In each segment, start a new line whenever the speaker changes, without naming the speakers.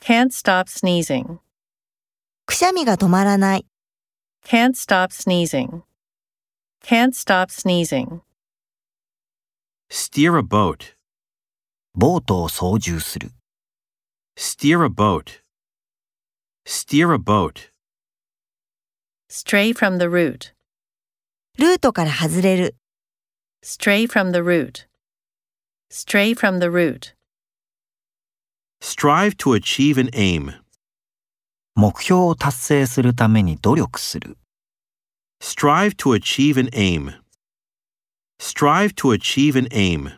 Can't stop sneezing.
くしゃみが止まらない。
Can't stop sneezing. Can't stop sneezing.
Steer a boat.
ボートを操縦する。
Steer a boat. Steer a boat.
Stray from the route.
ルートから外れる。
Stray from the route. Stray from the route.
Strive to achieve an aim.
目標を達成するために努力する。
Strive to achieve an aim. Strive to achieve an aim.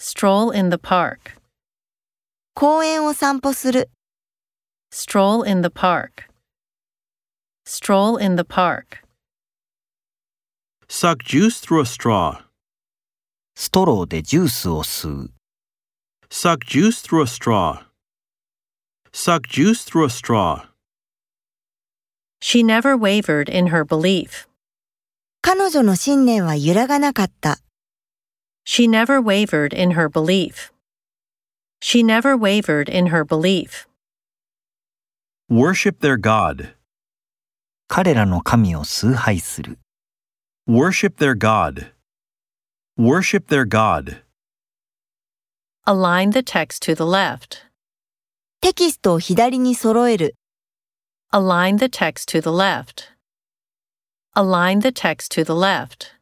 Stroll in the park.
公園を散歩する。
Stroll in the park. Stroll in the park.
Suck juice through a straw.
ストローでジュースを吸う。
Suck juice through a straw. Suck juice through a straw.
She never wavered in her belief.
彼女の信念は揺らがなかった。
She never wavered in her belief. She never wavered in her belief.
Worship their God.
彼らの神を崇拝する。
Worship their God. Worship their God.
Align the text to the left.
テキストを左に揃える。
Align the text to the left. Align the text to the left.